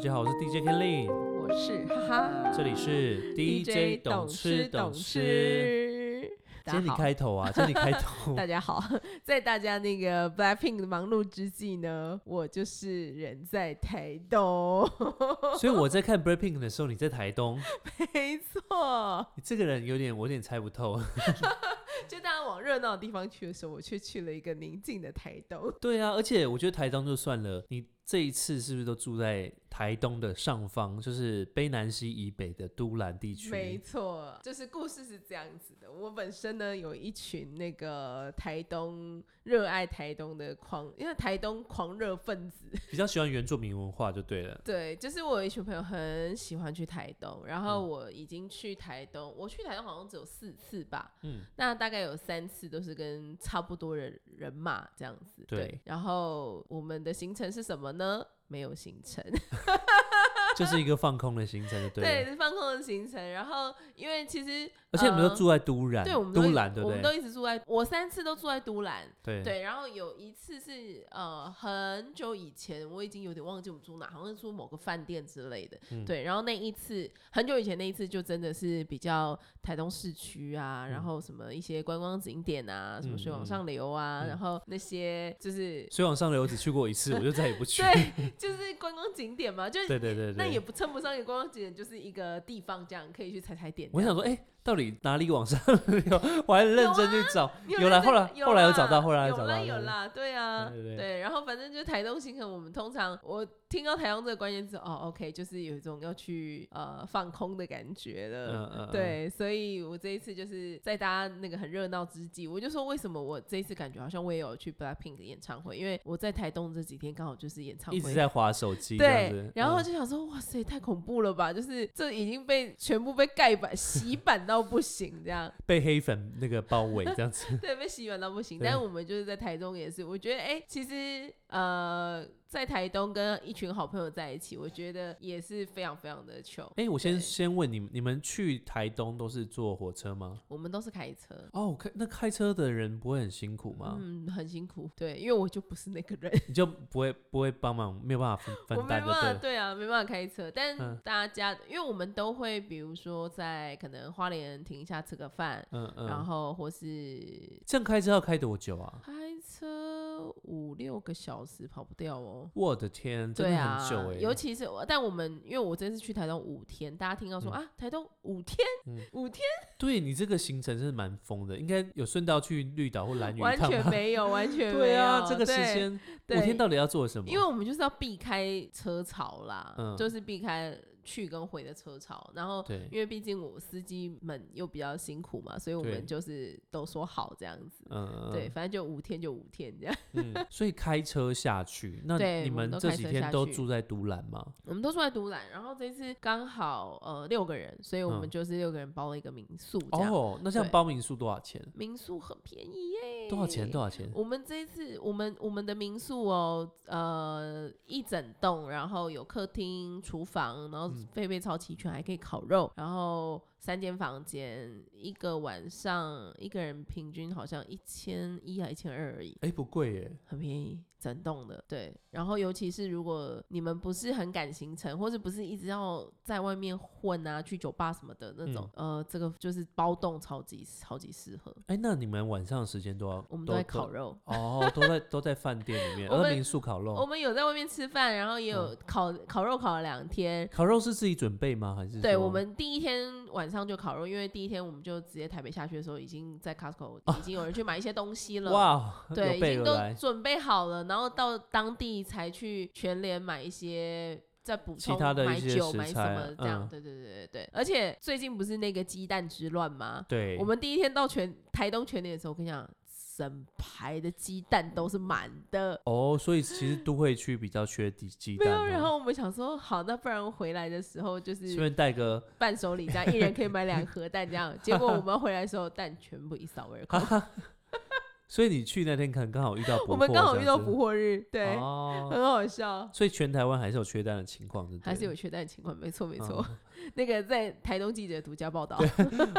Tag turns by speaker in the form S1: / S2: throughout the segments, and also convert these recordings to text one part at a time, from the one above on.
S1: 家好，我是 DJ Kelly，
S2: 我是哈哈，
S1: 这里是
S2: DJ 懂
S1: 吃
S2: 懂
S1: 懂吃。今
S2: 大
S1: 天你
S2: 家好，，
S1: 开头啊，今天你开头
S2: 大家好，在大家那个 Blackpink 的忙碌之际呢，我就是人在台 东，
S1: 所以我在看 Breaking 的时候，你在台东，
S2: 没错。
S1: 你这个人有点我有点猜不透。
S2: 就大家往热闹的地方去的时候，我却去了一个宁静的台东。
S1: 对啊，而且我觉得台东就算了，你这一次是不是都住在台东的上方，就是卑南溪以北的都兰地区？
S2: 没错，就是故事是这样子的。我本身呢有一群那个台东热爱台东的狂，因为台东狂热分子，
S1: 比较喜欢原住民文化就对了。
S2: 对，就是我有一群朋友很喜欢去台东，然后
S1: 嗯
S2: 我已经去台东，我去台东好像只有四次吧，
S1: 嗯，
S2: 那大概有三次都是跟差不多人人马这样子。
S1: 对
S2: 然后我们的行程是什么呢？没有行程，
S1: 就是一个放空的行程就对了。
S2: 对，是放空的行程。然后因为其实，
S1: 而且你们
S2: 呃
S1: 都住在都兰，
S2: 对，我们都
S1: 都
S2: 一
S1: 兰对不
S2: 我
S1: 对
S2: 们？都一直住在，我三次都住在都兰，
S1: 对
S2: 对，然后有一次是呃很久以前，我已经有点忘记我们住哪，好像是住某个饭店之类的。
S1: 嗯
S2: 对，然后那一次很久以前那一次就真的是比较台东市区啊，然后什么一些观光景点啊，什么水
S1: 嗯
S2: 往
S1: 嗯
S2: 上流啊，
S1: 嗯
S2: 然后那些 就是
S1: 所以往上流我只去过一次，我就再也不去。
S2: 对，就是观光景点嘛，就 是
S1: 对对对对，
S2: 那也不称不上一个观光景点，就是一个地方这样可以去踩踩点这
S1: 我
S2: 样。
S1: 想说，哎、到底哪里往上 流？我还认真去找，
S2: 你
S1: 啦，
S2: 有认
S1: 后
S2: 真
S1: 来后来有找到，
S2: 啦
S1: 后来
S2: 有
S1: 找
S2: 啦
S1: 到，
S2: 有
S1: 对，
S2: 啦，对啊，
S1: 对对对
S2: 然后反正就是台东行程，我们通常我听到台东这个关键字，哦，OK，就是有一种要去呃放空的感
S1: 嗯
S2: 觉了。
S1: 嗯，嗯，
S2: 对，所以我这一次就是在大家那个很热闹之际，我就说为什么我这一次感觉好像我也有去 Blackpink 的演唱会，因为我在台东这几天刚好就是演唱会，
S1: 一直在划手机这样
S2: 对
S1: 子，，
S2: 然后
S1: 嗯
S2: 就想说，哇塞，太恐怖了吧！就是这已经被全部被盖板 洗版到不行这样，
S1: 被黑粉那个包围这样 子，
S2: 对，被洗碗到不行。
S1: 对
S2: 但我们就是在台中也是，我觉得哎、其实呃，在台东跟一群好朋友在一起，我觉得也是非常非常的糗。
S1: 哎、我先
S2: 对
S1: 先问你们，你们去台东都是坐火车吗？
S2: 我们都是开车，
S1: 哦，开那开车的人不会很辛苦吗？
S2: 嗯，很辛苦。对，因为我就不是那个人，
S1: 你就不会不会帮忙，没有办法分
S2: 我
S1: 分
S2: 没
S1: 担
S2: 办
S1: 就对
S2: 法，
S1: 了。
S2: 对啊，没办法开车。但
S1: 嗯
S2: 大家，因为我们都会，比如说在可能花莲停一下吃个饭，
S1: 嗯
S2: 然
S1: 嗯，
S2: 后或是
S1: 这样开车要开多久啊？
S2: 开车五六个小时跑不掉哦。
S1: 我的天，真
S2: 对
S1: 的
S2: 啊
S1: 很久哎、
S2: 尤其是我，但我们因为我这次去台东五天，大家听到说、啊，台东五天，
S1: 嗯
S2: 五天
S1: 对你这个行程是蛮疯的，应该有顺道去绿岛或蓝屿
S2: 完
S1: 一趟
S2: 全
S1: 吧？
S2: 没有，完全没有。
S1: 对啊，这个时
S2: 对，
S1: 间
S2: 对
S1: 五天到底要做什么？
S2: 因为我们就是要避开车潮啦，
S1: 嗯
S2: 就是避开去跟回的车潮，然后。
S1: 对
S2: 因为毕竟我司机们又比较辛苦嘛，所以我
S1: 对
S2: 们就是都说好这样子，
S1: 嗯，
S2: 对，反正就五天就五天这样。
S1: 嗯，嗯所以开车下去，那
S2: 对
S1: 你
S2: 我们
S1: 们
S2: 都
S1: 这
S2: 开
S1: 几
S2: 车
S1: 天
S2: 下
S1: 都
S2: 去
S1: 住在独兰吗？
S2: 我们都住在独揽，然后这次刚好呃六个人，所以我
S1: 嗯
S2: 们就是六个人包了一个民宿这样。
S1: 哦，那这样
S2: 对
S1: 包民宿多少钱？
S2: 民宿很便宜耶，
S1: 多少钱？多少钱？
S2: 我们这一次，我们我们的民宿哦，呃，一整栋，然后有客厅、厨房，然后
S1: 嗯
S2: 配备超齐全，还可以烤肉，然后三间房间，一个晚上一个人平均好像一千一啊一千二而已，
S1: 哎，不贵耶，
S2: 很便宜，整栋的。对，然后尤其是如果你们不是很赶行程，或者不是一直要在外面混啊，去酒吧什么的那种，呃，这个就是包栋超级超级适合。
S1: 哎，那你们晚上的时间都要
S2: 我们都在烤。
S1: 都
S2: 肉。
S1: 哦，都在都在饭店里面，
S2: 我
S1: 而
S2: 们
S1: 民宿烤
S2: 我
S1: 肉，
S2: 们有在外面吃饭，然后也
S1: 嗯
S2: 有烤、烤肉烤了两天。
S1: 烤肉是自己准备吗？还是
S2: 对
S1: 说
S2: 我们第一天晚上就烤肉，因为第一天我们就直接台北下去的时候，已经在 Costco、已经有人去买一些东西了。
S1: 哦 哇，
S2: 对，
S1: 有
S2: 已
S1: 备
S2: 经
S1: 而
S2: 都
S1: 来，
S2: 准备好了，然后到当地才去全联买一些。再补
S1: 其
S2: 充
S1: 他的一
S2: 买
S1: 些
S2: 酒
S1: 食
S2: 买什
S1: 材
S2: 么这样，
S1: 嗯
S2: 对对对对对。而且最近不是那个鸡蛋之乱吗？
S1: 对，
S2: 我们第一天到全台东全联的时候，我跟你讲，整排的鸡蛋都是满的。
S1: 哦，所以其实都会区比较缺鸡鸡
S2: 没
S1: 蛋
S2: 有，
S1: 哦，
S2: 然后我们想说，好，那不然回来的时候就
S1: 顺
S2: 是
S1: 便带个
S2: 伴手礼，这样一人可以买两盒蛋这样。结果我们回来的时候，蛋全部一扫而空。
S1: 所以你去那天可能刚好遇到
S2: 我们刚好遇到
S1: 捕
S2: 捕获日，对，
S1: 哦，
S2: 很好笑。
S1: 所以全台湾还是有缺蛋的情况，对不对
S2: 还是有缺蛋情况，没错没
S1: 哦
S2: 错。 那个在台东记者独家报道，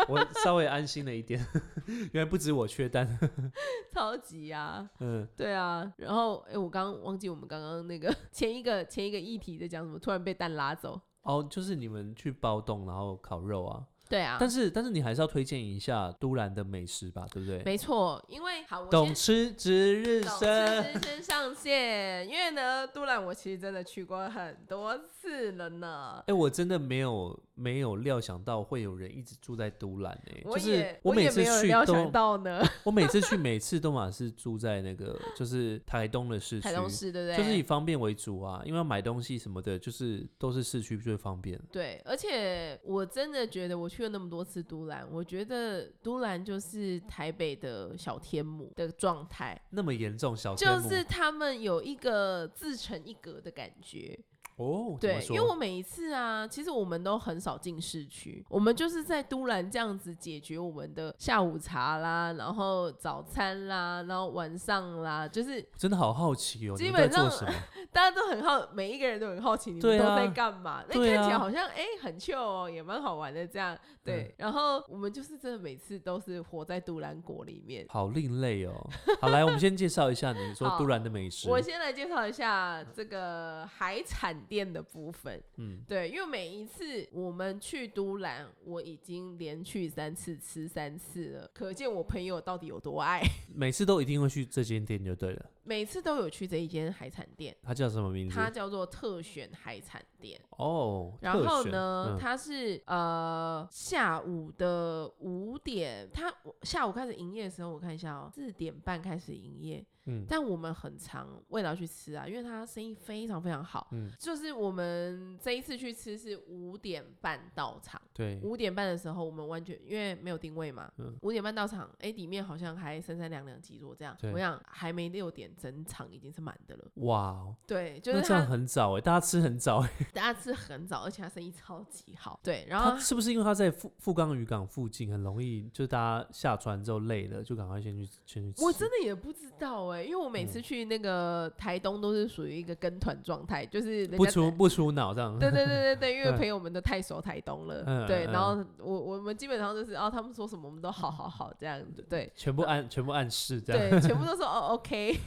S1: 我稍微安心了一点， 原来不止我缺蛋。
S2: 超级啊，
S1: 嗯，
S2: 对啊。然后哎、诶我刚刚忘记我们刚刚那个 前一个前一个议题在讲什么，突然被蛋拉走。
S1: 哦，就是你们去包栋，然后烤肉啊。
S2: 对啊，
S1: 但是，但是你还是要推荐一下都兰的美食吧，对不对？
S2: 没错，因为好，我
S1: 懂
S2: 先
S1: 吃值日
S2: 懂
S1: 生。
S2: 事先上线，因为呢，都兰我其实真的去过很多次了呢。
S1: 哎、我真的没有没有料想到会有人一直住在都兰诶、
S2: 我
S1: 就是
S2: 也
S1: 我每
S2: 也
S1: 次
S2: 没有
S1: 去
S2: 料想
S1: 都，
S2: 到呢，
S1: 我每次去每次都嘛是住在那个就是台东的市区，
S2: 台东市对不对？
S1: 就是以方便为主啊，因为要买东西什么的，就是都是市区最方便。
S2: 对，而且我真的觉得我去了那么多次都兰，我觉得都兰就是台北的小天母的状态，
S1: 那么严重，小天
S2: 就
S1: 母
S2: 是他们有一个自成一格的感觉。
S1: 哦，怎么
S2: 对，
S1: 说
S2: 因为我每一次啊，其实我们都很少进市区，我们就是在都兰这样子解决我们的下午茶啦，然后早餐啦，然后晚上啦，就是
S1: 真的好好奇哦，
S2: 基
S1: 你们在
S2: 本
S1: 做
S2: 上
S1: 什么？
S2: 大家都很好，每一个人都很好奇你们
S1: 对
S2: 都
S1: 啊
S2: 在干嘛。那、
S1: 对啊
S2: 看起来好像哎、很 chill 哦，也蛮好玩的这样。对，然后我们就是真的每次都是活在独兰国里面。
S1: 好另类哦。好，来，我们先介绍一下你说
S2: 好
S1: 都兰的美食。
S2: 我先来介绍一下这个海产店的部分。
S1: 嗯，
S2: 对，因为每一次我们去都兰，我已经连去三次，吃三次了，可见我朋友到底有多爱。
S1: 每次都一定会去这间店就对了。
S2: 每次都有去这一间海产店，
S1: 它叫什么名字？
S2: 它叫做特选海产店。
S1: 哦，
S2: 然
S1: 特
S2: 后
S1: 选
S2: 呢，
S1: 嗯
S2: 它是呃下午的五点，它我下午开始营业的时候，我看一下哦，四点半开始营业。
S1: 嗯
S2: 但我们很常为了要去吃啊，因为它生意非常非常好。
S1: 嗯
S2: 就是我们这一次去吃是五点半到场，
S1: 对，
S2: 五点半的时候我们完全因为没有定位嘛
S1: 嗯，
S2: 五、点半到场，哎、里面好像还三三两两几桌这样。
S1: 对
S2: 我想还没六点，整场已经是满的了。
S1: 哇哦，
S2: 对，就
S1: 那
S2: 是
S1: 这样
S2: 他
S1: 很早哎，大家吃很早哎。
S2: 大家吃很早，而且他生意超级好。对，然后
S1: 它是不是因为它在富富冈渔港附近，很容易就大家下船之后累了，就赶快先去先去吃。
S2: 我真的也不知道哎、因为我每
S1: 嗯
S2: 次去那个台东都是属于一个跟团状态，就是人家
S1: 不出不出脑这样。
S2: 对对对对对，因为
S1: 嗯
S2: 朋友们都太熟台东了，
S1: 嗯
S2: 对，
S1: 嗯
S2: 然后我我们基本上就是哦，他们说什么我们都好好好这样子，对。
S1: 全部按全部按示这样，
S2: 对，全部都说哦，OK，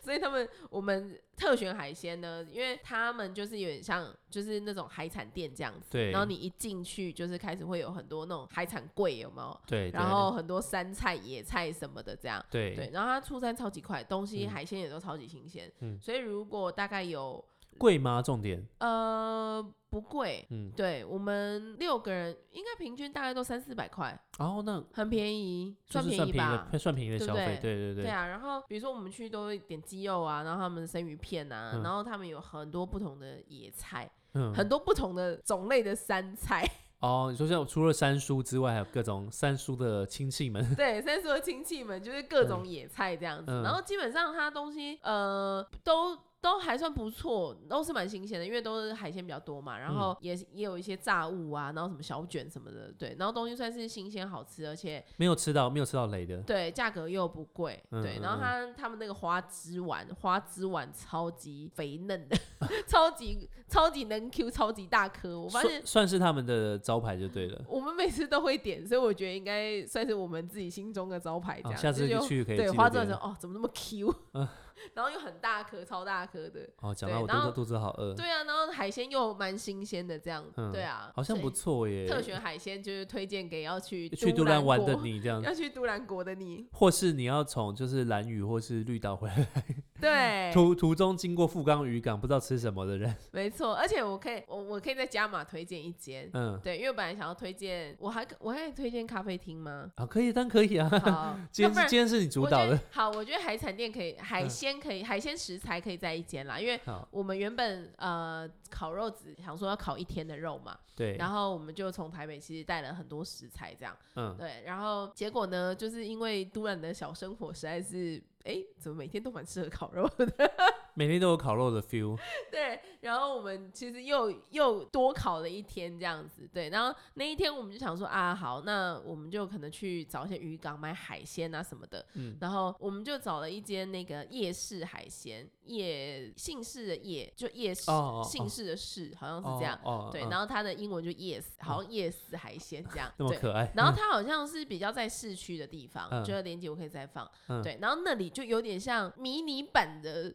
S2: 所以他们我们特选海鲜呢，因为他们就是有点像就是那种海产店这样子，
S1: 对
S2: 然后你一进去就是开始会有很多那种海产柜，有没有？
S1: 对，
S2: 然后很多山菜、野菜什么的这样，
S1: 对
S2: 对，然后它出餐超级快，东西
S1: 嗯
S2: 海鲜也都超级新鲜，
S1: 嗯
S2: 所以如果大概有
S1: 贵吗？重点，
S2: 呃不贵，
S1: 嗯，
S2: 对我们六个人应该平均大概都三四百块，
S1: 然后那
S2: 很便宜，
S1: 就
S2: 算
S1: 是
S2: 便
S1: 算
S2: 宜
S1: 便宜
S2: 吧。
S1: 的，算便宜的
S2: 对
S1: 消
S2: 不
S1: 费，
S2: 对
S1: 对对
S2: 对啊，然后比如说我们去都会点鸡肉啊，然后他们的生鱼片啊，
S1: 嗯
S2: 然后他们有很多不同的野菜，
S1: 嗯，
S2: 很多不同的种类的山菜，
S1: 哦，你说像除了三叔之外，还有各种三叔的亲戚 们，
S2: 对，三叔的亲戚们就是各种野菜这样子，
S1: 嗯
S2: 然后基本上它东西呃都。都还算不错，都是蛮新鲜的，因为都是海鲜比较多嘛，
S1: 嗯
S2: 然后也、也有一些炸物啊，然后什么小卷什么的，对，然后东西算是新鲜好吃，而且
S1: 没有吃到没有吃到雷的，
S2: 对价格又不贵，
S1: 嗯
S2: 对
S1: 嗯，
S2: 然后它他们那个花枝丸，花枝丸超级肥嫩的， 超级超级能 Q，超级大颗，我发现
S1: 算算是他们的招牌就对了。
S2: 我们每次都会点，所以我觉得应该算是我们自己心中的招牌这
S1: 好，
S2: 样。
S1: 哦下次
S2: 就是
S1: 去可以
S2: 对
S1: 记
S2: 花
S1: 得
S2: 枝丸
S1: 点
S2: 说哦，怎么那么 Q，、
S1: 嗯
S2: 然后又很大颗，超大颗的，
S1: 哦，讲
S2: 对
S1: 到我
S2: 然
S1: 肚
S2: 后
S1: 子肚子好饿，
S2: 对啊，然后海鲜又蛮新鲜的这样，
S1: 嗯
S2: 对啊，
S1: 好像
S2: 所以
S1: 不错耶。
S2: 特选海鲜就是推荐给要去
S1: 去
S2: 都
S1: 都
S2: 兰
S1: 兰玩的
S2: 国，
S1: 你这啊样，
S2: 要去都兰国的你，
S1: 或是你要从就是蓝屿或是绿岛回来，
S2: 对，
S1: 途途中经过富冈渔港，不知道吃什么的 人，
S2: 没错，而且我可以，我我可以再加码推荐一 间，
S1: 嗯，
S2: 对，因为我本来想要推荐，我还我还可以推荐咖啡 厅吗？
S1: 啊，可以，当然可以啊。，
S2: 好
S1: 今
S2: 要
S1: 天
S2: 不
S1: 是
S2: 然
S1: 今天是你主
S2: 我
S1: 导
S2: 觉
S1: 的
S2: 得，好，我觉得海产店可以，海
S1: 嗯
S2: 鲜可以，海鲜食材可以在一间啦，因为
S1: 好，
S2: 我们原本呃烤肉只想说要烤一天的肉嘛，
S1: 对，
S2: 然后我们就从台北其实带了很多食材这样，
S1: 嗯，
S2: 对，然后结果呢，就是因为都兰的小生活实在是，哎，怎么每天都蛮适合烤肉的，
S1: 每天都有烤肉的 feel。
S2: 对，然后我们其实又又多考了一天这样子，对，然后那一天我们就想说啊，好，那我们就可能去找一些渔港买海鲜啊什么的，
S1: 嗯，
S2: 然后我们就找了一间那个夜市海鲜，夜姓氏的夜就夜市，
S1: 哦哦哦
S2: 姓氏的氏好像是这样，
S1: 哦，哦
S2: 对，
S1: 嗯
S2: 然后它的英文就 yes，好像 yes 海鲜这样，
S1: 那么
S2: 对。
S1: 可爱。
S2: 然后它好像是比较在市区的地方，
S1: 嗯
S2: 觉得连接我可以再放。
S1: 嗯
S2: 对，然后那里就有点像迷你版的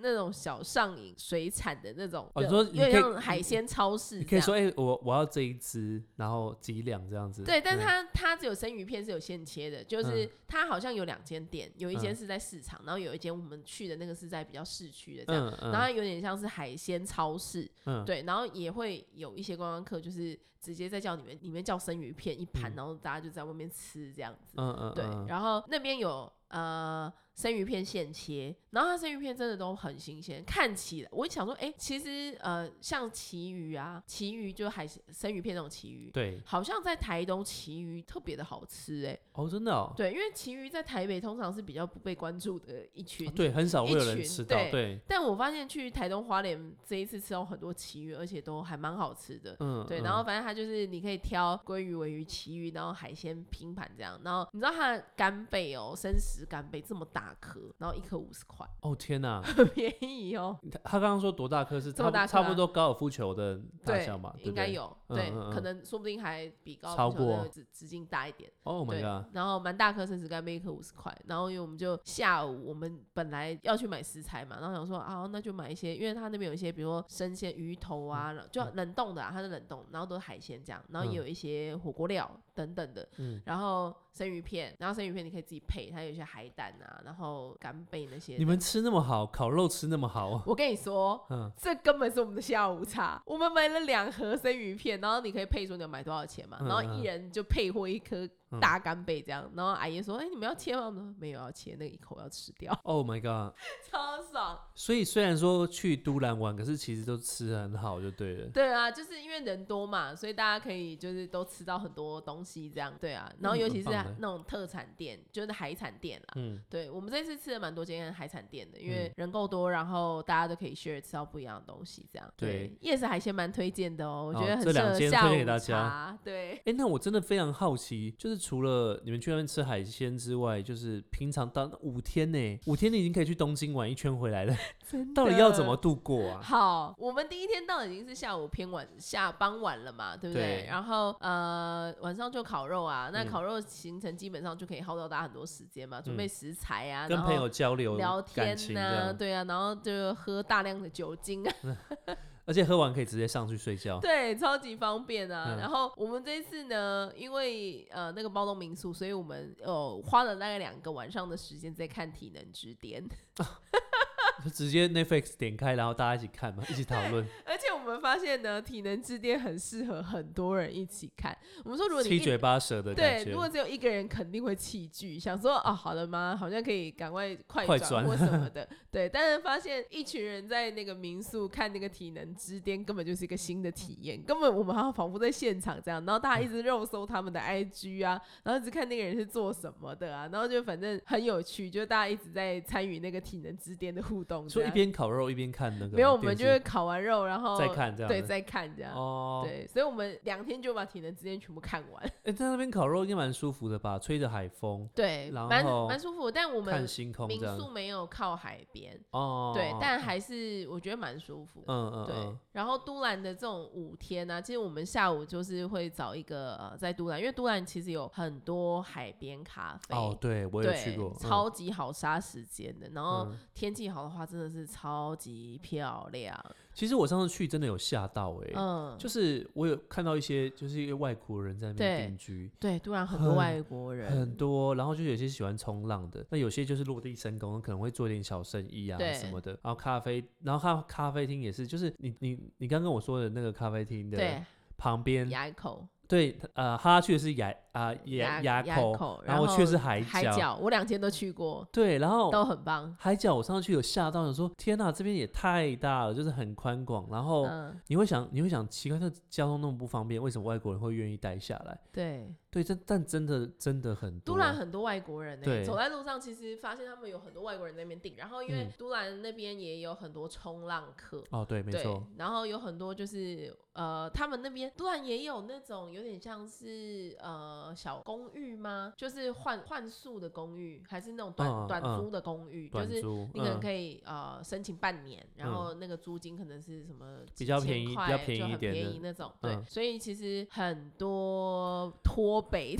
S2: 那种小上瘾水产的那种，
S1: 哦你
S2: 对
S1: 说
S2: 有
S1: 你可
S2: 点
S1: 以
S2: 像海鲜超市
S1: 你
S2: 这
S1: 可以
S2: 样。
S1: 说，哎，我我要这一只，然后几两这样子。
S2: 对，但是
S1: 嗯
S2: 它它只有生鱼片是有现切的，就是
S1: 嗯
S2: 它好像有两间店，有一间
S1: 嗯
S2: 是在市场，然后有一间我们去的那个是在比较市区的这样，
S1: 嗯嗯，
S2: 然后它有点像是海鲜超市，
S1: 嗯，
S2: 对，然后也会有一些观光客就是直接在叫你们里面叫生鱼片一盘，
S1: 嗯
S2: 然后大家就在外面吃这样子。
S1: 嗯嗯，
S2: 对，
S1: 嗯
S2: 然后那边有呃生鱼片现切，然后它生鱼片真的都很新鲜，看起来我一想说，哎，其实呃像旗鱼啊，旗鱼就海鲜生鱼片那种旗鱼，
S1: 对，
S2: 好像在台东旗鱼特别的好吃哎、
S1: 哦，真的哦，
S2: 对，因为旗鱼在台北通常是比较不被关注的一群，
S1: 哦对，很少会
S2: 一
S1: 有人
S2: 群
S1: 吃到，
S2: 对
S1: 对，
S2: 但我发现去台东花莲这一次吃到很多旗鱼，而且都还蛮好吃的，
S1: 嗯，
S2: 对，
S1: 嗯
S2: 然后反正它就是你可以挑鲑鱼、尾鱼、旗鱼，然后海鲜拼盘这样。然后你知道它的干贝哦，生食干贝这么大颗，然后一颗五十块，
S1: 哦天哪，
S2: 很便宜哦。
S1: 他他刚刚说多大颗是
S2: 这
S1: 差
S2: 么
S1: 不
S2: 大颗
S1: 差不
S2: 啊
S1: 多高尔夫球的大
S2: 对
S1: 小嘛，，对
S2: 应
S1: 不
S2: 该
S1: 对
S2: 有，对，
S1: 嗯嗯
S2: 可
S1: 嗯
S2: 能说不定还比高
S1: 超
S2: 尔夫球那
S1: 过
S2: 个直直径大一点。
S1: ，Oh my
S2: 对
S1: god，，
S2: 然后蛮大颗生食干贝一颗五十块，然后因为我们就下午我们本来要去买食材嘛，然后想说啊，那就买一些，因为它那边有一些比如说生鲜鱼头啊，
S1: 嗯
S2: 然后就冷冻的、啊，它是冷冻，然后都是海鲜这样，然后也有一些火锅料等等的，
S1: 嗯
S2: 然后生鱼片，然后生鱼片你可以自己配，它有一些海胆啊，然后干贝那些的。
S1: 你们吃那么好，烤肉吃那么好，
S2: 我跟你说，
S1: 嗯，
S2: 这根本是我们的下午茶。我们买了两盒生鱼片，然后你可以配说你要买多少钱嘛，
S1: 嗯
S2: 然后一人就配货一颗大干贝这样。然后阿姨说：“哎、你们要切吗？”我们说：“没有要切，那一口要吃掉，
S1: Oh my god！
S2: 超爽。
S1: 所以虽然说去都兰玩，可是其实都吃得很好就对了”。
S2: 对啊，就是因为人多嘛，所以大家可以就是都吃到很多东西这样。对啊，然后尤其是
S1: 嗯很棒欸
S2: 那种特产店，就是海产店啦。
S1: 嗯，
S2: 对我们这次吃了蛮多间海产店的，因为人够多，然后大家都可以 share 吃到不一样的东西，这样。
S1: 对，
S2: 夜市海鲜蛮推荐的哦，我觉
S1: 好
S2: 得
S1: 这
S2: 很适
S1: 两
S2: 合
S1: 间
S2: 下
S1: 推荐给
S2: 午
S1: 大
S2: 茶。对，
S1: 哎、那我真的非常好奇，就是除了你们去那边吃海鲜之外，就是平常当五天呢，五天你已经可以去东京玩一圈回来了，
S2: 真
S1: 到底
S2: 的
S1: 要怎么？度过啊？
S2: 好，我们第一天到已经是下午偏晚下傍晚了嘛，对不对？
S1: 对
S2: 然后呃晚上就烤肉啊，那
S1: 嗯
S2: 烤肉行程基本上就可以耗掉大家很多时间嘛，准备食材啊，
S1: 跟
S2: 然
S1: 朋
S2: 后
S1: 友交流、
S2: 聊
S1: 感
S2: 天
S1: 情这
S2: 呐、
S1: 样，
S2: 对啊，然后就喝大量的酒精啊，
S1: 而且喝完可以直接上去睡觉。
S2: 对，超级方便啊。
S1: 嗯
S2: 然后我们这一次呢，因为呃那个包栋民宿，所以我们呃花了大概两个晚上的时间在看《体能之巅》，
S1: 就直接 Netflix 点开，然后大家一起看 嘛，一起讨论。
S2: 而且我们发现呢，《体能之巅》很适合很多人一起看。我们说，如果你
S1: 七
S2: 一
S1: 嘴八舌的感
S2: 对，
S1: 觉
S2: 如。果只有一个人，肯定会弃剧，想说哦，好了吗？好像可以赶快快
S1: 快
S2: 转
S1: 转
S2: 或什 么的。对，但是发现一群人在那个民宿看那个体能之巅，根本就是一个新的体验，根本我们好像仿佛在现场这样。然后大家
S1: 嗯
S2: 一直肉搜他们的 IG 啊，然后一直看那个人是做什么的啊，然后就反正很有趣，就大家一直在参与那个体能之巅的互动这
S1: 说
S2: 样。
S1: 一边烤肉一边看那个吗，
S2: 没有，我们就
S1: 电
S2: 会
S1: 视
S2: 烤完肉，然后
S1: 再看这样
S2: 对，
S1: 子
S2: 再看这样。
S1: 哦。
S2: 对，所以我们两天就把体能之巅全部看完，
S1: 哎、在那边烤肉应该蛮舒服的吧？吹着海风，
S2: 对，
S1: 然
S2: 蛮
S1: 后
S2: 蛮舒服的。但我
S1: 看
S2: 们
S1: 星空这
S2: 民
S1: 样。
S2: 宿没有靠海边，
S1: 哦，
S2: 对，但还是我觉得蛮舒服。
S1: 嗯嗯
S2: 对
S1: 嗯，，
S2: 然后都兰的这种五天呢、其实我们下午就是会找一个呃，在都兰，因为都兰其实有很多海边咖啡，
S1: 哦，对我有
S2: 对，
S1: 去过，嗯
S2: 超哦级好杀时间的。然后
S1: 嗯
S2: 天气好的话，真的是超级漂亮。
S1: 其实我上次去真的有吓到哎、
S2: 嗯，
S1: 就是我有看到一些就是一些外国人在那
S2: 对
S1: 边定居。
S2: 对，都兰很多
S1: 很
S2: 外国人
S1: 很，多，然后就有些喜欢冲浪的，那有些就是落地生根，可能会做点小生意啊
S2: 对
S1: 什么的。然后咖啡，然后咖咖啡厅也是，就是你你你刚跟我说的那个咖啡厅的
S2: 对，
S1: 旁边，
S2: 牙口，
S1: 对，呃，他去的是雅啊雅
S2: 牙
S1: 雅口，
S2: 口，
S1: 然
S2: 然
S1: 后我去的是海
S2: 海
S1: 角哦
S2: 角，我两天都去过，
S1: 对，然后
S2: 都很棒。
S1: 海角我上去有吓到，想说天呐，这边也太大了，就是很宽广，然后
S2: 嗯，
S1: 你会想，你会想，奇怪，这交通那么不方便，为什么外国人会愿意待下来？
S2: 对，
S1: 对，但但真的真的很多，
S2: 都兰很多外国人
S1: 啊
S2: 呢、欸
S1: 对
S2: 走在路上其实发现他们有很多外国人在那边订，然后因为
S1: 嗯
S2: 都兰那边也有很多冲浪客，
S1: 哦，对，没
S2: 对
S1: 错，，
S2: 然后有很多就是呃，他们那边都兰也有那种有点像是呃小公寓吗？就是换换宿的公寓，还是那种短、
S1: 嗯嗯
S2: 短租的公寓，就
S1: 短
S2: 是
S1: 租，嗯
S2: 你可能
S1: 以
S2: 可以、呃申请半年，然后那个租金可能是什么
S1: 比较
S2: 几千
S1: 便宜
S2: 块
S1: 比较便宜
S2: 就很
S1: 一点的
S2: 便宜那种。对，
S1: 嗯
S2: 所以其实很多脱北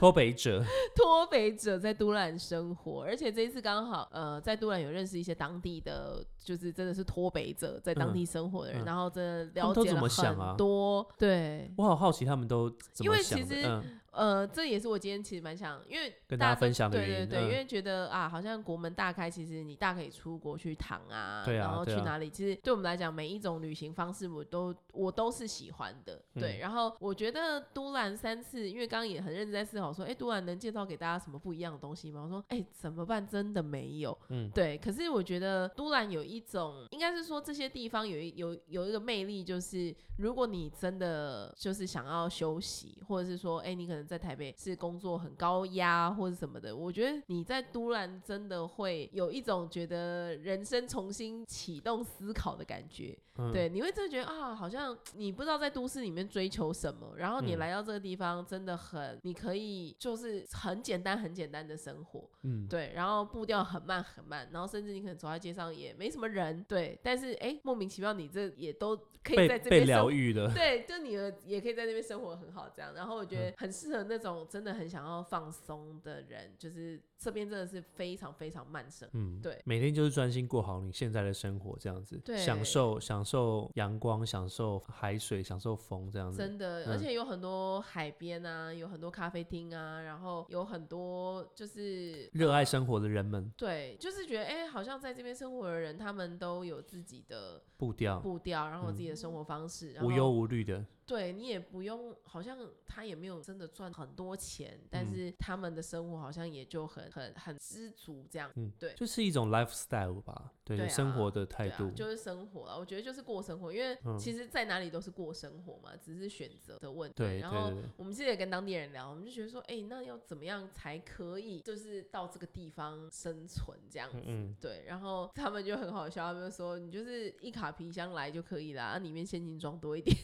S1: 脱北者，
S2: 脱北者在都兰生活，而且这一次刚好呃在都兰有认识一些当地的，就是真的是脱北者在当地生活的人，
S1: 嗯
S2: 然后真的
S1: 他
S2: 了
S1: 们都
S2: 解
S1: 怎
S2: 了
S1: 么想啊
S2: 很多。对，
S1: 我好好奇他们都怎
S2: 因
S1: 么
S2: 为
S1: 想
S2: 其
S1: 的，
S2: 实
S1: 嗯，
S2: 呃，这也是我今天其实蛮想，因为
S1: 跟
S2: 大
S1: 大家
S2: 都
S1: 分享的
S2: 对
S1: 原
S2: 对
S1: 因，嗯
S2: 对，因为觉得啊，好像国门大开，其实你大可以出国去躺啊，
S1: 对啊
S2: 然后去
S1: 对啊
S2: 哪里，其实对我们来讲，每一种旅行方式我都我都是喜欢的。
S1: 嗯
S2: 对，然后我觉得都兰三次，因为刚刚也很认真在思考说，哎，都兰能介绍给大家什么不一样的东西吗？我说，哎，怎么办？真的没有。
S1: 嗯
S2: 对。可是我觉得都兰有一种，应该是说这些地方有一有有一个魅力，就是如果你真的就是想要休息，或者是说，哎、你可能在台北是工作很高压或者什么的，我觉得你在都兰真的会有一种觉得人生重新启动思考的感觉。
S1: 嗯，
S2: 对，你会真的觉得啊，好像你不知道在都市里面追求什么，然后你
S1: 嗯
S2: 来到这个地方真的很，你可以就是很简单很简单的生活。
S1: 嗯，
S2: 对，然后步调很慢很慢，然后甚至你可能走在街上也没什么人，对，但是哎，莫名其妙你这也都可以在
S1: 被被
S2: 这边
S1: 疗
S2: 生活，
S1: 愈了，
S2: 对，就你的也可以在这边生活得很好这样，然后我觉
S1: 嗯
S2: 得很适合那种真的很想要放松的人，就是这边真的是非常非常慢生，
S1: 嗯，
S2: 对
S1: 每天就是专心过好你现在的生活，这样子，
S2: 对
S1: 享受享受阳光，享受海水，享受风，这样子，
S2: 真的，而
S1: 嗯
S2: 且有很多海边啊，有很多咖啡厅啊，然后有很多就是
S1: 热爱生活的人们
S2: 对，就是觉得哎，好像在这边生活的人，他们都有自己的
S1: 步调，
S2: 步调，然后有自己的生活方式，
S1: 嗯
S2: 然
S1: 无
S2: 后
S1: 忧无虑的，
S2: 对你也不用，好像他也没有真的赚很多钱，
S1: 嗯
S2: 但是他们的生活好像也就很很很知足这样。
S1: 嗯，
S2: 对
S1: 就是一种 lifestyle 吧，对，
S2: 对啊
S1: 生活的
S2: 对
S1: 态度，
S2: 啊，就是生活啊，我觉得就是过生活，因为
S1: 嗯
S2: 其实在哪里都是过生活嘛，只是选择的问题。
S1: 对
S2: 然
S1: 对
S2: 后
S1: 对对
S2: 我们记得跟当地人聊，我们就觉得说，哎、那要怎么样才可以，就是到这个地方生存这样子。
S1: 嗯嗯
S2: 对，然后他们就很好笑，他们就说你就是一卡皮箱来就可以啦，啊、里面现金装多一点。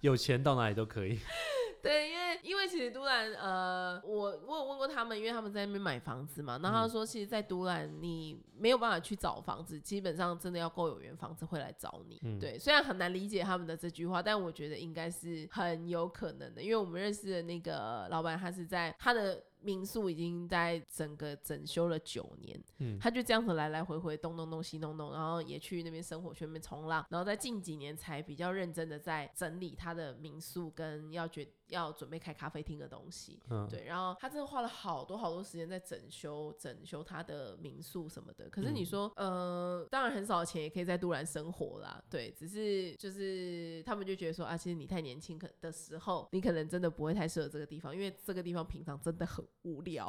S1: 有钱到哪里都可以，
S2: 对，因为因为其实都兰，呃，我我有问过他们，因为他们在那边买房子嘛，然后他说，其实，在都兰你没有办法去找房子，基本上真的要够有缘，房子会来找你。
S1: 嗯
S2: 对，虽然很难理解他们的这句话，但我觉得应该是很有可能的，因为我们认识的那个老板，他是在他的。民宿已经在整个整修了九年，
S1: 嗯
S2: 他就这样子来来回回东弄弄西弄弄，然后也去那边生活圈那边冲浪，然后在近几年才比较认真的在整理他的民宿跟要决要准备开咖啡厅的东西。
S1: 嗯，
S2: 对，然后他真的花了好多好多时间在整修、整修他的民宿什么的。可是你说，呃，当然很少钱也可以在都兰生活啦，对，只是就是他们就觉得说啊，其实你太年轻可的时候，你可能真的不会太适合这个地方，因为这个地方平常真的很无聊，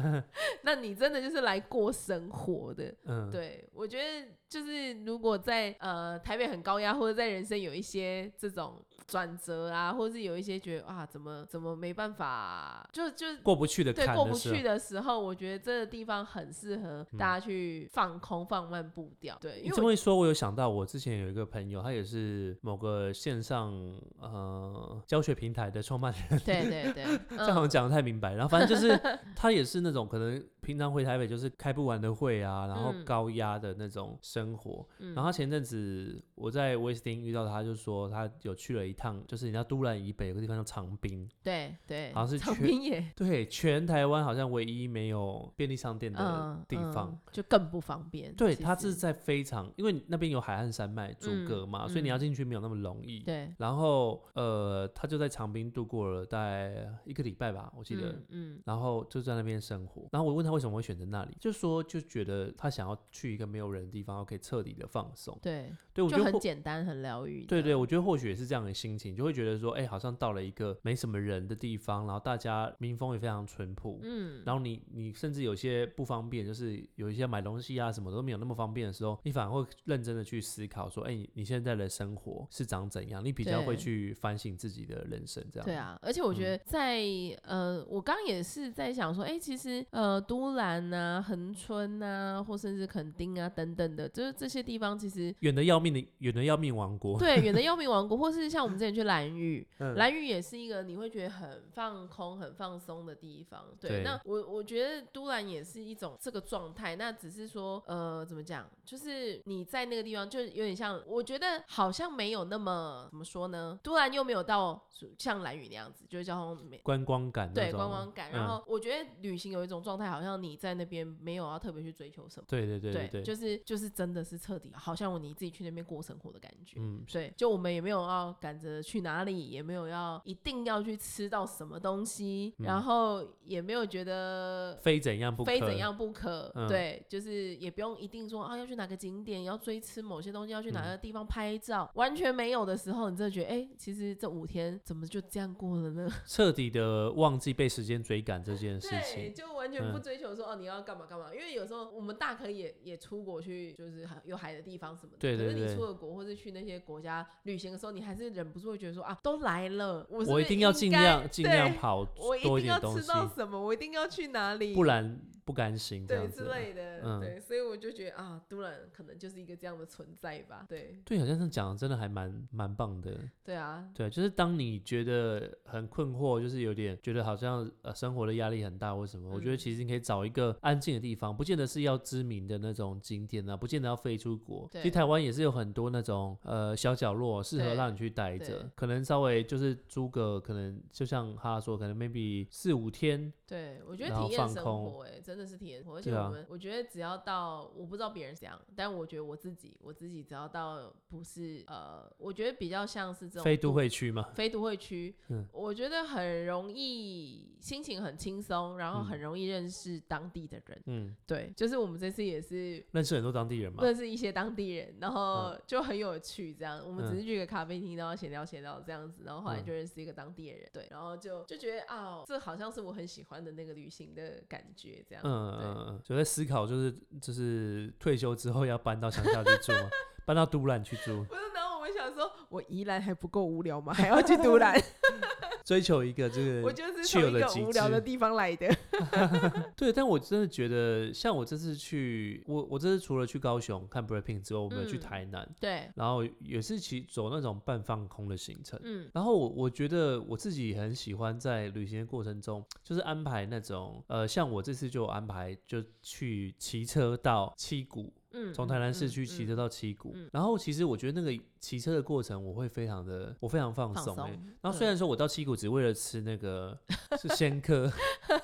S2: 那你真的就是来过生活的。
S1: 嗯，
S2: 对，我觉得就是如果在呃台北很高压，或者在人生有一些这种转折啊，或者是有一些觉得啊怎么怎么没办法、就就
S1: 过不去的
S2: 对
S1: 坎
S2: 过
S1: 的啊
S2: 不
S1: 时候
S2: 去。的时候，我觉得这个地方很适合大家去放空、放慢步调。对，因
S1: 你
S2: 为
S1: 这
S2: 我
S1: 么一说，我有想到，我之前有一个朋友，他也是某个线上呃教学平台的创办人，
S2: 对对对，
S1: 这样好
S2: 嗯
S1: 像讲的太明白。然后反正就是 他也是那种可能平常回台北就是开不完的会啊，然后
S2: 嗯
S1: 高压的那种生活。
S2: 嗯
S1: 然后他前阵子我在威斯汀遇到他，就说他有去了一趟，就是人家都兰以北有个地方叫长滨，
S2: 对对，
S1: 好像是
S2: 长
S1: 全
S2: 滨也
S1: 对，全台湾好像唯一没有便利商店的
S2: 嗯
S1: 地方。
S2: 嗯就更不方便。
S1: 对，
S2: 其
S1: 它是
S2: 实
S1: 在非常，因为那边有海岸山脉阻
S2: 嗯
S1: 隔嘛，所以你要
S2: 嗯
S1: 进去没有那么容易。
S2: 对，
S1: 然后呃，他就在长滨度过了大概一个礼拜吧，我记得。
S2: 嗯嗯
S1: 然后就在那边生活。然后我问他为什么会选择那里，就说就觉得他想要去一个没有人的地方，然后可以彻底的放松。
S2: 对，
S1: 对，我觉
S2: 就
S1: 得
S2: 很
S1: 或
S2: 简单，很疗愈这
S1: 对
S2: 样。
S1: 对，我觉得或许也是这样的心情，就会觉得说，哎、好像到了一个没什么人的地方，然后大家民风也非常淳朴，
S2: 嗯，
S1: 然后你你甚至有些不方便，就是有一些买东西啊什么都没有那么方便的时候，你反而会认真的去思考说，哎、你你现在的生活是长怎样？你比较会
S2: 对
S1: 去反省自己的嗯人生，这样
S2: 对，啊，而且我觉得在、呃，我刚也是在想说，哎、其实呃，都兰呐、恒春呐、或甚至垦丁啊等等的，就是这些地方，其实
S1: 远的要命的，远的要命王国，
S2: 对远的要命王国，或是像我们之前去兰屿，
S1: 嗯
S2: 蓝屿也是一个你会觉得很放空、很放松的地方。
S1: 对
S2: 对，那我我觉得都兰也是一种这个状态，那只是说，呃，怎么讲，就是你在那个地方，就有点像，我觉得好像没有那么怎么说呢？都兰又没有到像蓝屿那样子，就是交通没。
S1: 观光感那
S2: 对
S1: 种
S2: 观光感，
S1: 嗯
S2: 然后我觉得旅行有一种状态，好像你在那边没有要特别去追求什么，
S1: 对对对对对，
S2: 就是就是真的是彻底，好像你自己去那边过生活的感觉。
S1: 嗯，
S2: 对，就我们也没有要赶着去哪里，也没有要一定要去吃到什么东西，
S1: 嗯
S2: 然后也没有觉得
S1: 非怎样不可，
S2: 非怎样不可。
S1: 嗯
S2: 对，就是也不用一定说啊要去哪个景点，要追吃某些东西，要去哪
S1: 嗯
S2: 个地方拍照，完全没有的时候，你真的觉得哎、其实这五天怎么就这样过了呢？
S1: 彻底的忘记被时间追赶这件事
S2: 对，
S1: 情。
S2: 就完全不
S1: 嗯
S2: 追求说、哦你要干嘛干嘛，因为有时候我们大可以也也出国去，就是很有海的地方什么的。
S1: 对对
S2: 可是
S1: 对
S2: 你出了国或者去那些国家旅行的时候，你还是忍不住会觉得说啊，都来了，我是不
S1: 我
S2: 是
S1: 一定要尽
S2: 应该
S1: 量尽量
S2: 对
S1: 跑
S2: 我
S1: 多点
S2: 定要
S1: 东
S2: 吃
S1: 西，
S2: 到什么，我一定要去哪里，
S1: 不然不甘心这
S2: 对
S1: 样
S2: 之
S1: 子。
S2: 类的，
S1: 嗯
S2: 对，所以我就觉得啊，突然可能就是一个这样的存在吧。对
S1: 对，好像是讲的真的还蛮蛮棒的。
S2: 对啊，
S1: 对，就是当你觉得很困惑，就是有点觉得好像呃生活的压力很大或什么，我觉得
S2: 嗯
S1: 其实你可以找一个安静的地方，不见得是要知名的那种景点啊，不见得要飞出国。其实
S2: 对
S1: 台湾也是有很多那种呃小角落适合
S2: 对
S1: 让你去待着
S2: 对，
S1: 可能稍微就是租个，可能就像哈说，可能 maybe 四五天，
S2: 对我觉得
S1: 然后
S2: 体验
S1: 放
S2: 生
S1: 空
S2: 活、哎，真的是体验生活。而且
S1: 对啊
S2: 我们、我觉得只要到，我不知道别人怎样，但我觉得我自己，我自己只要到不是呃，我觉得比较像是这种
S1: 非都
S2: 度
S1: 会区嘛。
S2: 非都会区，
S1: 嗯
S2: 我觉得很容易心情很轻松，然后
S1: 嗯
S2: 很容易认识当地的人。
S1: 嗯，
S2: 对，就是我们这次也是
S1: 认识很多当地人嘛。
S2: 认识一些当地人，然后就很有趣，这样。我们
S1: 嗯
S2: 只是去一个咖啡厅，然后闲聊闲聊这样子，然后后来
S1: 嗯
S2: 就认识一个当地的人，对，然后就就觉得啊，这好像是我很喜欢的那个旅行的感觉，这样。
S1: 嗯
S2: 对
S1: 嗯嗯，就在思考，就是就是退休之后要搬到乡下去住嘛， 搬到都兰去住，
S2: 不是，然后我们想说，我宜兰还不够无聊吗？还要去都 兰？
S1: 追求一个这
S2: 我
S1: 个
S2: 就是
S1: 去
S2: 从一
S1: 了
S2: 个
S1: 极
S2: 无聊
S1: 致
S2: 的地方来的。
S1: 对。但我真的觉得，像我这次去，我我这次除了去高雄看 Breaking 之后，我们有去
S2: 嗯
S1: 台南，
S2: 对，
S1: 然后也是其走那种半放空的行程。
S2: 嗯，
S1: 然后我我觉得我自己很喜欢在旅行的过程中，就是安排那种呃，像我这次就有安排就去骑车到七股，
S2: 嗯，
S1: 从台南市区骑车到七股，
S2: 嗯
S1: 然后其实我觉得那个骑车的过程，我会非常的，我非常放
S2: 嗯放
S1: 松、欸。
S2: 松。
S1: 然后虽然说我到七股只为了吃那 个是鲜科，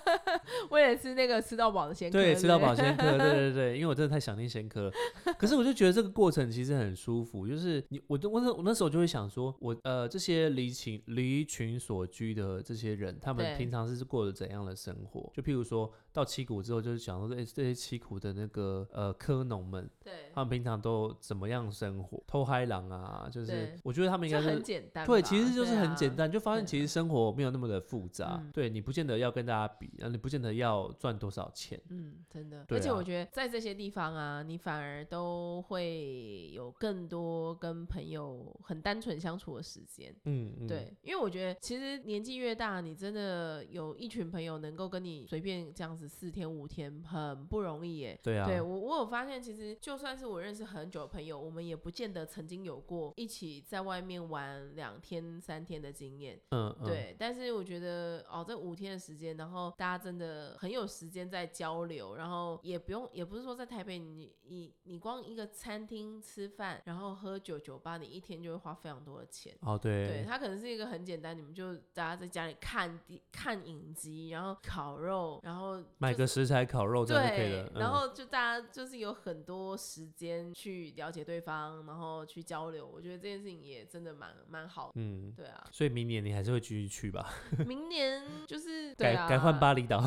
S2: 为了吃那个吃到饱的鲜，
S1: 对，吃到饱鲜 科，对对对，因为我真的太想念鲜科了。可是我就觉得这个过程其实很舒服，就是你我都我那我那时候就会想说，我呃这些离群离群所居的这些人，他们
S2: 对
S1: 平常是过着怎样的生活？就譬如说到七股之后，就是想说，哎、这些七股的那个呃科农们，
S2: 对，
S1: 他们平常都怎么样生活？偷嗨狼啊，就是
S2: 对
S1: 我觉得他们应
S2: 就
S1: 该就
S2: 很
S1: 是。
S2: 简单吧。
S1: 对，其实就是
S2: 对
S1: 很
S2: 啊
S1: 简。单，就发现
S2: 对
S1: 其实生活没有那么的复杂。
S2: 嗯
S1: 对你不见得要跟大家比，啊然后你不见得要赚多少钱。
S2: 嗯，真的，
S1: 对
S2: 而且
S1: 啊
S2: 我觉得在这些地方啊，你反而都会有更多跟朋友很单纯相处的时间。
S1: 嗯，嗯，
S2: 对，因为我觉得其实年纪越大，你真的有一群朋友能够跟你随便这样子四天五天，很不容易耶。
S1: 对啊，
S2: 对我，我有发现，其实就算是我认识很久的朋友，我们也不见得曾经有过一起在外面玩两天三天的经验。
S1: 嗯，嗯，
S2: 对，但是我觉得哦，这五天的时间，然后大家真的很有时间在交流，然后也不用，也不是说在台北你，你你光一个餐厅吃饭，然后喝酒酒吧，你一天就会花非常多的钱。
S1: 哦，
S2: 对，
S1: 对，
S2: 它可能是一个很简单，你们就大家在家里看地看影集，然后烤肉，然后
S1: 买
S2: 就是
S1: 个食材烤肉这样就可以
S2: 对
S1: 了，。
S2: 然
S1: 嗯
S2: 后就大家就是有很多时间去了解对方，然后去交流。我觉得这件事情也真的蛮蛮好的。
S1: 嗯，
S2: 对啊，
S1: 所以明年你还是会继续去吧，
S2: 明年就是
S1: 改
S2: 对啊，
S1: 改换巴厘岛，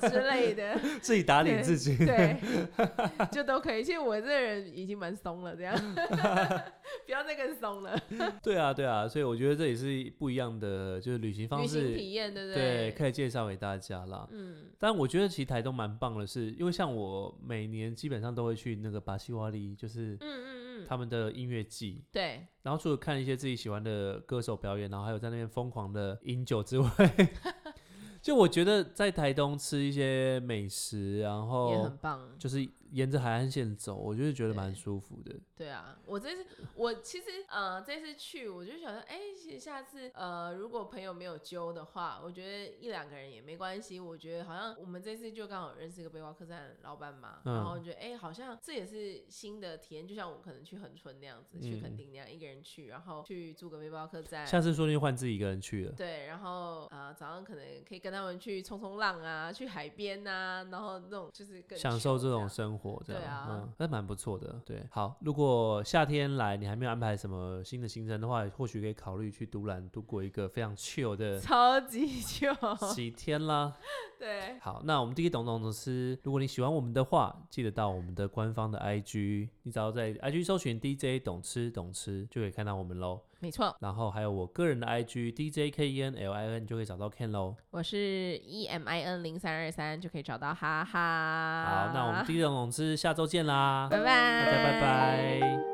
S2: 之类的，
S1: 自己打理自己。
S2: 对，就都可以。其实我这个人已经蛮松了，这样不要再更松了。
S1: 对啊，对啊，所以我觉得这也是不一样的，就是旅行方
S2: 旅行
S1: 式，
S2: 体验，对不
S1: 对，可以介绍给大家啦。
S2: 嗯，
S1: 但我觉得其实台东蛮棒的是，因为像我每年基本上都会去那个巴西瓦利，就是
S2: 嗯嗯嗯，
S1: 他们的音乐季，
S2: 对，
S1: 然后除了看一些自己喜欢的歌手表演，然后还有在那边疯狂的饮酒之外， 就我觉得在台东吃一些美食，然
S2: 也
S1: 后
S2: 很棒。
S1: 就是沿着海岸线走，我就是觉得蛮
S2: 对
S1: 舒服的。
S2: 对啊，我这次我其实呃这次去我就想说，哎、其实下次呃如果朋友没有揪的话，我觉得一两个人也没关系。我觉得好像我们这次就刚好认识一个背包客栈老板嘛，
S1: 嗯
S2: 然后觉得哎、好像这也是新的体验，就像我可能去恒春那样子，去
S1: 嗯
S2: 垦丁那样一个人去，然后去住个背包客栈。
S1: 下次说不定换自己一个人去了。
S2: 对，然后啊、呃早上可能可以跟他们去冲冲浪啊，去海边啊，然后那种就是更
S1: 享受
S2: chill
S1: 这种
S2: 样
S1: 生活，这样，
S2: 对啊
S1: 嗯，那蛮不错的。对，好，如果夏天来你还没有安排什么新的行程的话，或许可以考虑去独兰度过一个非常 chill 的
S2: 超级 久，
S1: 几天啦。
S2: 对，
S1: 好，那我们第一懂懂的是，如果你喜欢我们的话，记得到我们的官方的 IG，你只要在 IG 搜寻 DJ 懂吃懂吃，就可以看到我们喽。
S2: 没错。
S1: 然后还有我个人的 IG DJ K E N L I N 就可以找到 Ken 喽。
S2: 我是 E M I N 零三二三，就可以找到哈哈。啊
S1: 好，那我们第一懂懂吃下周见啦，
S2: 拜拜，
S1: 大家拜拜。